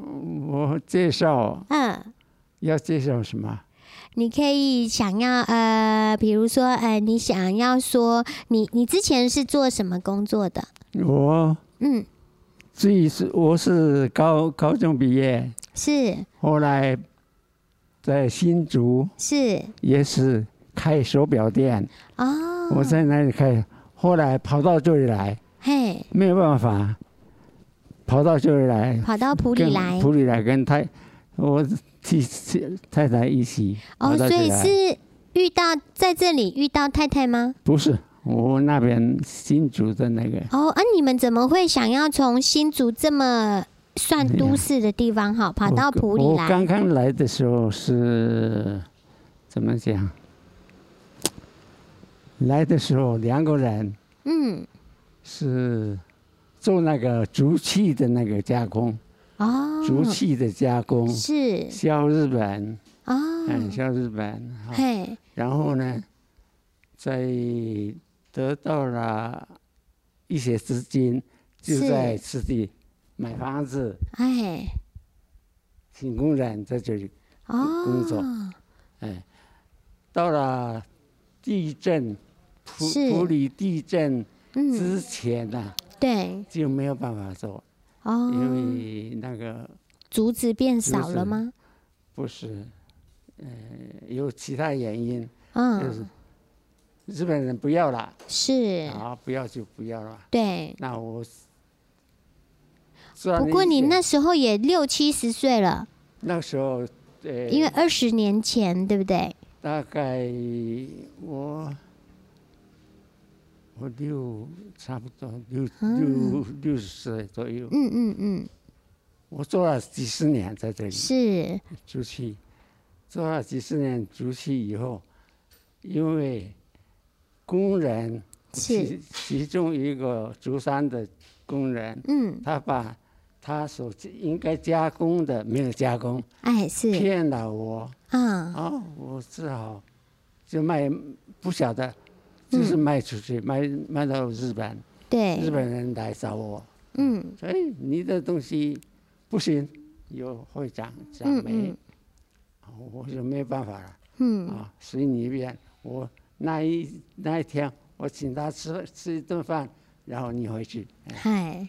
S12: [LAUGHS] 我介绍
S4: 嗯，
S12: 要介绍什么？
S4: 你可以想要呃，比如说呃，你想要说你你之前是做什么工作的？
S12: 我
S4: 嗯，
S12: 最是我是高高中毕业，
S4: 是
S12: 后来在新竹
S4: 是
S12: 也是开手表店，
S4: 哦，
S12: 我在那里开，后来跑到这里来，
S4: 嘿，
S12: 没有办法，跑到这里来，
S4: 跑到普里
S12: 跟
S4: 来
S12: 普里来跟太我妻妻太太一起跑
S4: 哦，
S12: 到
S4: 所
S12: 这里
S4: 以
S12: 来，
S4: 是遇到在这里遇到太太吗？
S12: 不是我那边新竹的那个。
S4: 哦，啊，你们怎么会想要从新竹这么算都市的地方哈，跑到普里
S12: 哎我
S4: 来？
S12: 刚刚来的时候是怎么讲？来的时候两个人
S4: 嗯，
S12: 是做那个竹器的那个加工，
S4: 哦，
S12: 竹器的加工
S4: 是
S12: 销日本，
S4: 哦，
S12: 嗯，销日本。好
S4: 嘿，
S12: 然后呢，在得到了一些资金，就是在此地买房子，
S4: 哎，
S12: 请工人在这里
S4: 哦，
S12: 工作。哎，到了地震普
S4: 是
S12: 普里地震
S4: 嗯
S12: 之前呢、
S4: 对，
S12: 就没有办法做，
S4: 哦，
S12: 因为那个
S4: 竹子变少
S12: 竹
S4: 了
S12: 子
S4: 吗？
S12: 不是，呃，有其他原因，就是
S4: 嗯，
S12: 日本人不要了，
S4: 是，
S12: 啊，不要就不要了。
S4: 对。
S12: 那我啊
S4: 不过你那时候也六七十岁了，
S12: 那个时候，呃，
S4: 因为二十年前，对不对？
S12: 大概我我六差不多六六六十岁左右，
S4: 嗯嗯嗯，
S12: 我做了几十年在这里，
S4: 是
S12: 竹器，做了几十年竹器以后，因为工人
S4: 是
S12: 其其中一个竹山的工人，
S4: 嗯
S12: 他把他所应该加工的没有加工，
S4: 哎是
S12: 骗了我。
S4: 啊、
S12: 啊，我只好就卖，不晓得，就是卖出去，卖卖到日本，
S4: 嗯对
S12: 日本人来找我，
S4: 嗯
S12: 哎，你的东西不行，有会长长
S4: 嗯
S12: 霉哦
S4: 嗯，
S12: 我就没办法了，
S4: 嗯
S12: 啊，随你便。我那一那一天，我请他吃吃一顿饭，然后你回去，哎
S4: 嗨，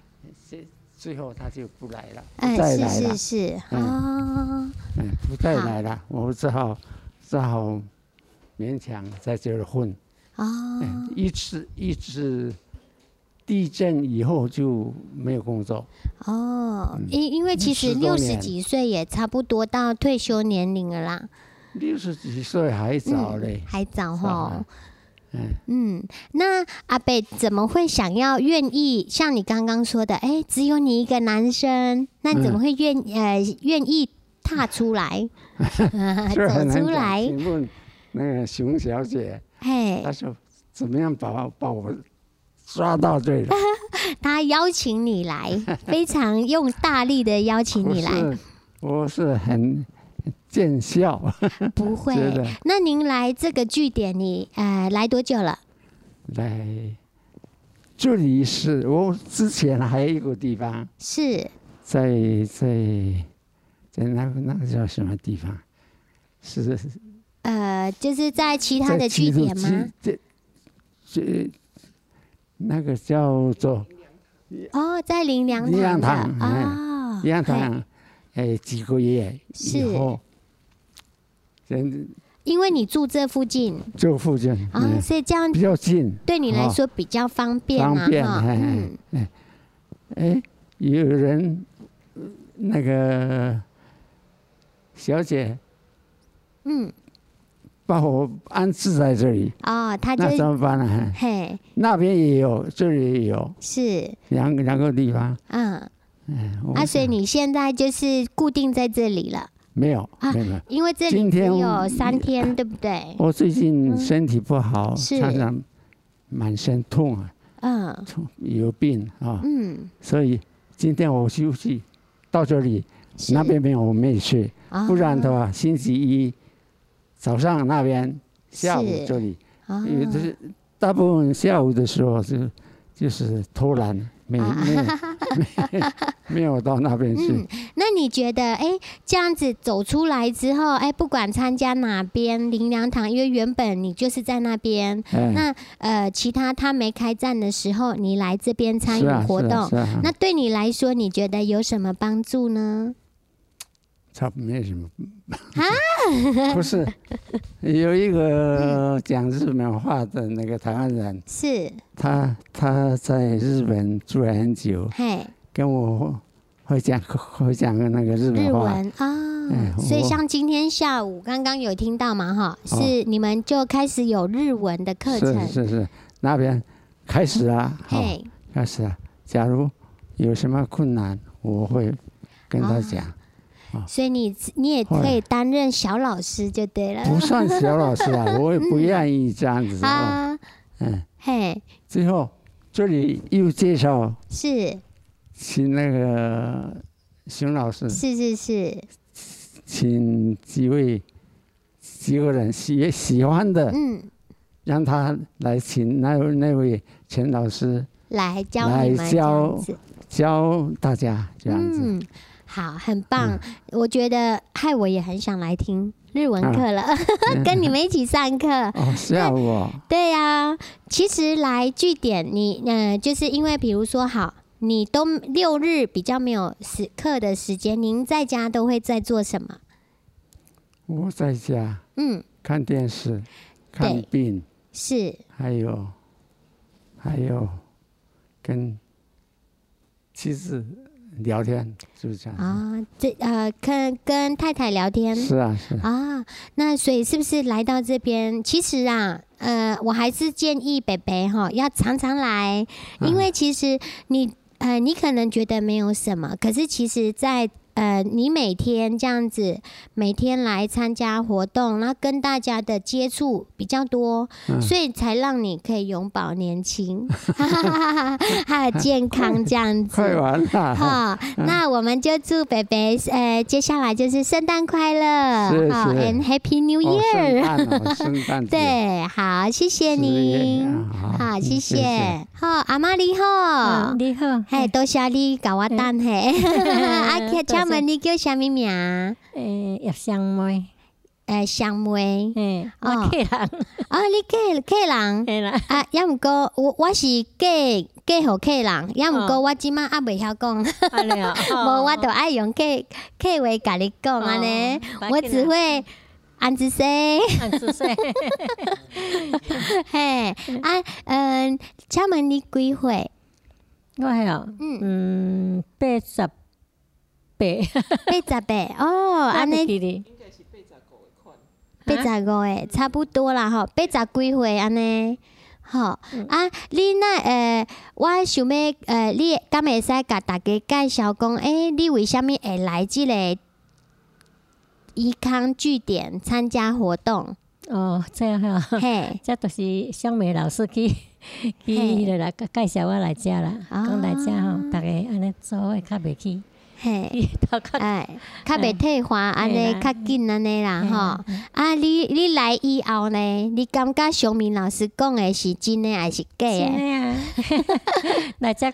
S12: 最最后他就不来了，不
S4: 哎
S12: 再来
S4: 是
S12: 了
S4: 是，是
S12: 嗯
S4: 啊，
S12: 嗯，不再来了，我只好只好勉强在这儿混。
S4: 啊
S12: 哎一次一次地震以后就没有工作，
S4: 哦，
S12: 嗯
S4: 因因为其实
S12: 10
S4: 六
S12: 多
S4: 十
S12: 年
S4: 几岁也差不多到退休年龄了啦，嗯
S12: 六十几岁还早嘞，
S4: 还早
S12: 早
S4: 吼
S12: 啊。嗯，
S4: 嗯，那阿北怎么会想要愿意像你刚刚说的，哎，只有你一个男生，那你怎
S12: 嗯
S4: 么会愿、呃愿意踏出来，
S12: [LAUGHS] 这很难
S4: 走出
S12: 讲
S4: 来？
S12: 请问那个熊小姐，
S4: 嘿，
S12: 他说怎么样把把我抓到这里来？
S4: 他邀请
S12: [LAUGHS]
S4: 你来，非常用大力的邀请
S12: 我
S4: [LAUGHS] 你来
S12: 是。我是很见笑，
S4: [LAUGHS] 不会
S12: 觉得
S4: 那您来这个据点你，呃来多久了？
S12: 来这里是我之前还有一个地方
S4: 是
S12: 在在在那个那个叫什么地方？是
S4: 呃，就是在其他的
S12: 在
S4: 据
S12: 基督
S4: 点吗？？
S12: 这这那个叫做
S4: 哦，在林良
S12: 一样堂
S4: 堂的哦，
S12: 一样
S4: 嘿
S12: 堂，哎，几个月以
S4: 是
S12: 后，人
S4: 因为你住这附近
S12: 就附近
S4: 啊，
S12: 嗯
S4: 所以这样
S12: 比较近，
S4: 对你来
S12: 哦
S4: 说比较方便嘛
S12: 方便，
S4: 哈。
S12: 哎
S4: 嗯，
S12: 哎哎，有人呃那个小姐
S4: 嗯，
S12: 把我安置在这里，
S4: 哦，他就
S12: 那怎么办呢？哎
S4: 嘿
S12: 那边也有，这里也有，
S4: 是
S12: 两个两个地方，
S4: 嗯，
S12: 哎，我
S4: 啊，所以你现在就是固定在这里了。
S12: 没有
S4: 啊
S12: 没有没有。
S4: 因为这里
S12: 今
S4: 只
S12: 天
S4: 有三天，对不对？
S12: 我最近身体不好，
S4: 嗯是
S12: 常常满身痛啊，
S4: 嗯
S12: 有病啊，
S4: 嗯，
S12: 所以今天我休息到这里，那边没有我没去，
S4: 啊
S12: 不然的话星期一早上那边，下午
S4: 是
S12: 这里，
S4: 啊
S12: 有的是大部分下午的时候就就是偷懒，没没有
S4: [LAUGHS]
S12: 没有到那边去
S4: 啊嗯，那你觉得，哎，这样子走出来之后，哎，不管参加哪边林良堂，因为原本你就是在那边，
S12: 哎
S4: 那呃，其他他没开战的时候，你来这边参
S12: 是
S4: 与
S12: 啊是啊
S4: 活动，
S12: 是啊
S4: 那对你来说，你觉得有什么帮助呢？
S12: 差不多没什么。
S4: 啊，
S12: 不是，有一个
S4: 嗯
S12: 讲日本话的那个台湾人，
S4: [LAUGHS] 是，
S12: 他他在日本住了很久，
S4: 嘿，
S12: 跟我会讲会讲那个日
S4: 日
S12: 本话，
S4: 文啊、
S12: 哎
S4: 所以
S12: 我
S4: 像今天下午刚刚有听到嘛，哈，
S12: 哦
S4: 是你们就开始有日文的课
S12: 是
S4: 程，
S12: 是是，那边开始啊，好
S4: 嘿，
S12: 开始啊。假如有什么困难，我会跟他讲，
S4: 哦
S12: 啊
S4: 所以你你也
S12: 后来
S4: 可以担任小老师就对了，
S12: 不算小老师
S4: [LAUGHS]
S12: 啊，我也不愿意这样子啊。
S4: 啊，
S12: 嗯，
S4: 嘿，
S12: 最后这里又介绍
S4: 是
S12: 请那个熊老师，
S4: 是是是，
S12: 请几位几个人喜喜欢的，
S4: 嗯，
S12: 让他来请那位那位陈老师
S4: 来教
S12: 来
S4: 你们这样
S12: 教
S4: 子。
S12: 教大家这样子。嗯
S4: 嗯，好，很棒。我觉得害我也很想来听日文课
S12: 啊
S4: 了， [LAUGHS] 跟你们一起上课。
S12: 哦，下午哦
S4: 对呀、其实来据点你，呃，就是因为比如说好。你都六日比较没有时课的时间，您在家都会在做什么？
S12: 我在家
S4: 嗯，
S12: 看电视、看
S4: 对
S12: 病，
S4: 是
S12: 还有还有跟妻子聊天，是不是这样子？
S4: 啊，这呃，跟跟太太聊天
S12: 嗯是啊，是啊，
S4: 啊，那所以是不是来到这边？其实啊，呃，我还是建议北北哈要常常来，因
S12: 嗯
S4: 为其实你呃，你可能觉得没有什么，可是其实在，呃，你每天这样子，每天来参加活动，然后跟大家的接触比较多，
S12: 嗯
S4: 所以才让你可以永葆年轻，哈哈哈哈还有健康这样子。
S12: 快完了。
S4: 好，
S12: 嗯
S4: 那我们就祝北北呃，接下来就是圣诞快
S12: 是
S4: 乐，
S12: 是
S4: a n d Happy New
S12: 哦圣
S4: Year。 [LAUGHS]
S12: 诞哦圣诞节
S4: 对，好，谢谢
S12: 是耶
S4: 您，
S12: 啊好
S4: 好，
S12: 嗯
S4: 谢
S12: 谢
S4: 谢
S12: 谢。
S4: 好，阿妈你好，嗯你好，嘿，多谢你搞我等嘿。 [LAUGHS] 啊，
S12: [LAUGHS]
S4: 请请问你叫什么名？
S14: 呃
S4: 诶，叶香梅。诶，香梅。诶，
S14: 我客
S4: 人。哦，你客客人。客人。啊，也毋过我我是嫁嫁互客人，也毋过我即满也袂晓讲。
S14: 哦安尼啊
S4: [LAUGHS] 无我都爱用客客话甲你讲安尼
S14: 哦，
S4: 我只会安子说。
S14: 按姿势
S4: [LAUGHS] 嘿，啊，嗯，请问你几岁？
S14: 我系啊，嗯，八十八，
S4: 八十
S14: [LAUGHS]
S4: 八哦，安
S14: 我
S4: 尼
S14: 记得
S4: 八十五诶，差不多啦吼，八十几岁安尼。吼
S14: 嗯
S4: 啊，你那呃，我想要呃，你敢会使甲大家介绍讲，诶、你为虾物会来即个怡康据点参加活动？
S14: 哦，这样哈、
S4: 嘿，
S14: [LAUGHS] 这都是向美老师
S4: [LAUGHS]
S14: 去去迄个来介绍我来遮啦，
S4: 哦
S14: 讲来遮吼，逐个安尼做伙较袂去。
S4: 嘿，哎，较袂退化，安
S14: 哎
S4: 尼较紧安尼啦吼。啊，你你来以后呢，你感觉小明老师讲的是真的还是假
S14: 真的
S4: 的？
S14: 啊，来遮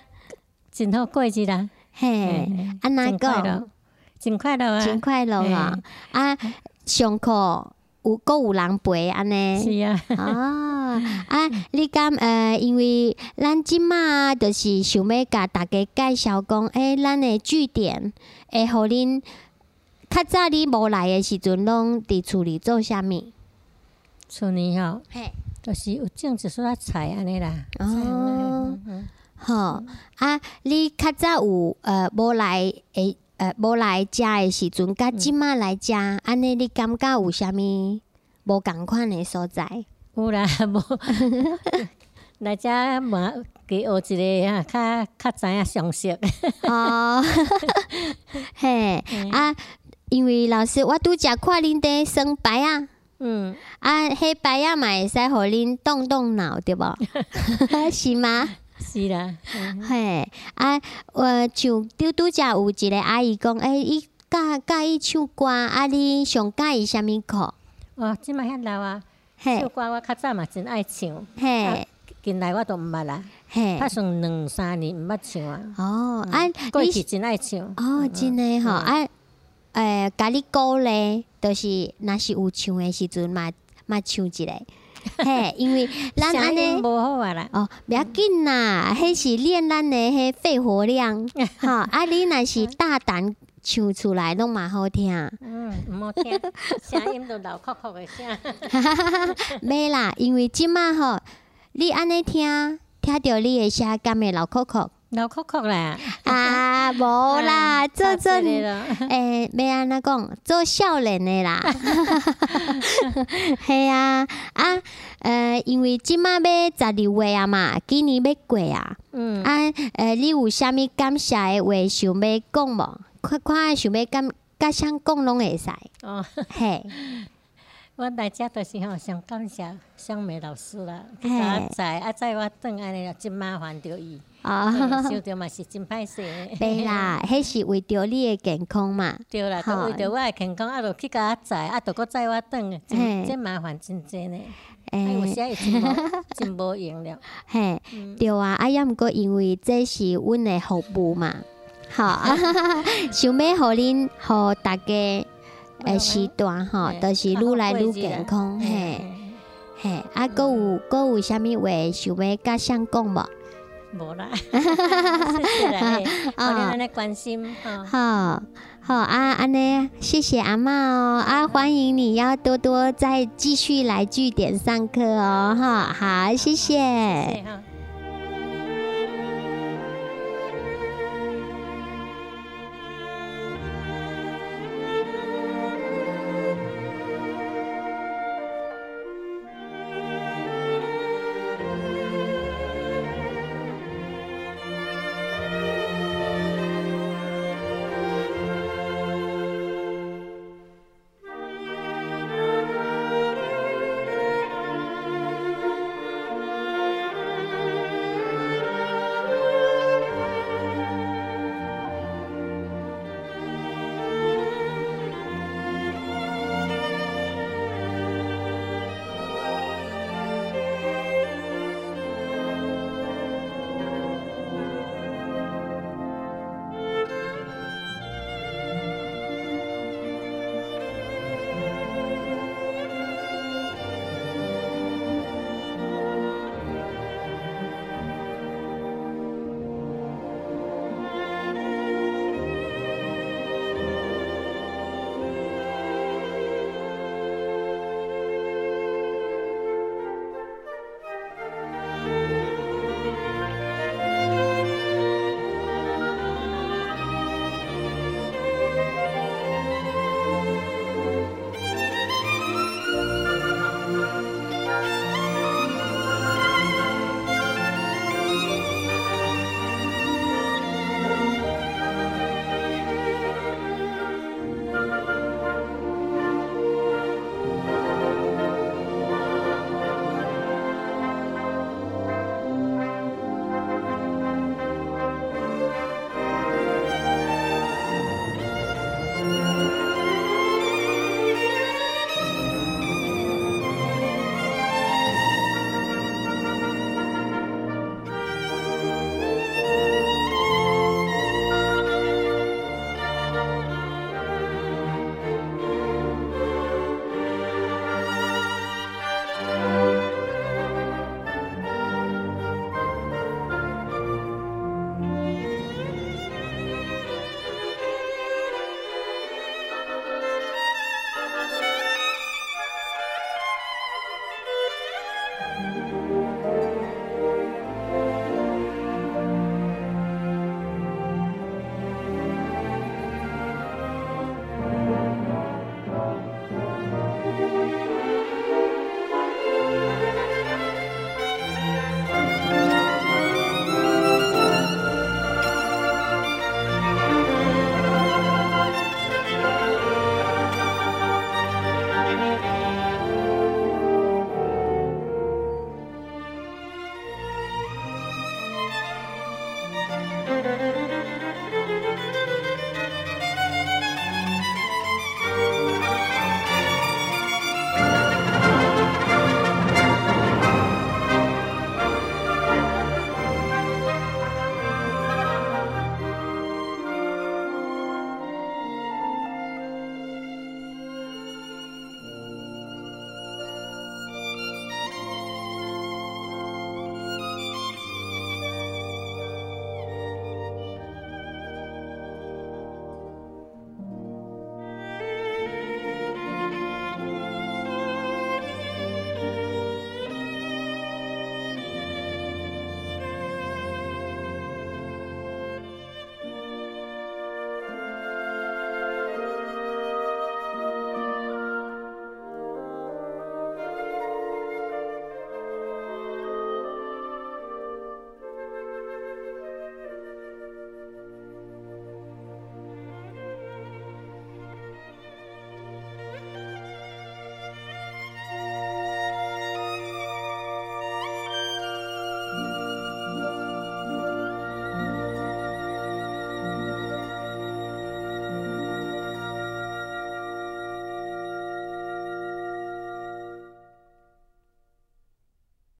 S14: 真好过日啦。
S4: 嘿，安那
S14: 真快乐
S4: 讲，
S14: 真快乐啊，哎
S4: 真快乐啊！啊，上课有够有人陪安尼。
S14: 是啊。
S4: 啊啊！
S14: 嗯
S4: 你敢呃，因为咱即马就是想要甲大家介绍讲，诶、咱的据点会互恁较早你无来的时阵，拢伫厝里做啥物？
S14: 厝里吼，
S4: 嘿，
S14: 就是有种一撮仔菜啊安尼啦。嗯
S4: 哦，好啊！你较早有呃无来诶呃无来遮的时阵，甲即马来遮，
S14: 嗯
S4: 安尼你感觉有啥物无共款的所在？
S14: 有啦，无来遮嘛，加学一个啊，较较知影常识。
S4: 哦， [LAUGHS] 嘿啊，因为老师，我拄则看恁在耍牌啊，
S14: 嗯，
S4: 啊，迄牌啊嘛会使互恁动动脑对无？ [LAUGHS] 是吗？
S14: [LAUGHS] 是啦，嗯
S4: 嘿啊，我像拄拄则有一个阿姨讲，诶、伊教教伊唱歌，啊，你上教伊啥物课？
S14: 哦，即摆遐老啊，
S4: 嘿
S14: 唱歌我较早嘛真爱唱，
S4: 嘿
S14: 啊，近来我都毋捌啦，
S4: 嘿
S14: 拍算两三年毋捌唱啊。
S4: 哦，啊，
S14: 过
S4: 你
S14: 去真爱唱。
S4: 哦，真的吼、
S14: 嗯
S4: 啊，诶，甲你鼓励，就是若是有唱的时阵嘛嘛唱一
S14: [LAUGHS]
S4: 个，嘿，因为咱安
S14: 声
S4: 尼
S14: 音无好啊啦。
S4: 哦，不要紧啦，迄是练咱的迄肺
S14: [LAUGHS]
S4: 活量，吼、啊，你若是大胆唱出来拢嘛好听。
S14: 嗯，毋好听， [LAUGHS] 声音都流哭哭的
S4: [LAUGHS]
S14: 声。
S4: 哈哈哈哈， [LAUGHS] 没啦，因为即马吼，你安尼听，听着你的声感会流口口。
S14: 流口口啦！
S4: 啊，无
S14: [LAUGHS]
S4: 啦，做阵
S14: 这个啦
S4: [LAUGHS] 诶，要安那讲，做少年的啦。 [LAUGHS] 系啊，啊，呃，因为即马要十二月啊嘛，今年要过啊。
S14: 嗯
S4: 啊，呃，你有啥物感谢的话想要讲无？看看想要感，甲谁讲拢会使。
S14: 哦，
S4: 嘿，
S14: 我来遮就是吼，上感谢香美老师啦，
S4: 嘿
S14: 去甲我载，啊载我转安尼啦，真麻烦着伊，
S4: 啊
S14: 嘿收着嘛是真歹势。
S4: [LAUGHS]
S14: [LAUGHS]
S4: 对啦，迄是为着你的健康嘛。
S14: 对啦，都
S4: 好
S14: 为着我的健康，啊，就去甲我载，啊，就搁载我转，
S4: 嘿
S14: 真真麻烦真真呢。啊，
S4: 诶
S14: 有哦嗯时也真无真无用了。
S4: [LAUGHS] 嘿，对啊，啊，也毋过因为这是阮的服务嘛，
S14: [LAUGHS]
S4: 好，想要互恁互大家诶时段吼，
S14: 嘿
S4: 就是
S14: 较好
S4: 愈来
S14: 过
S4: 愈
S14: 日子啦
S4: 健康
S14: 嘿
S4: 嘿。嘿，啊，搁有搁有啥物话想要甲谁讲无？
S14: 无啦，谢谢哎啦，
S4: [LAUGHS]
S14: 嘿互
S4: 啊
S14: 恁安尼关心哦吼。
S4: 好，好啊，安尼，谢谢阿嬷哦，啊，欢迎你要多多再继续来据点上课哦，哈，好，谢谢
S14: 谢谢哈。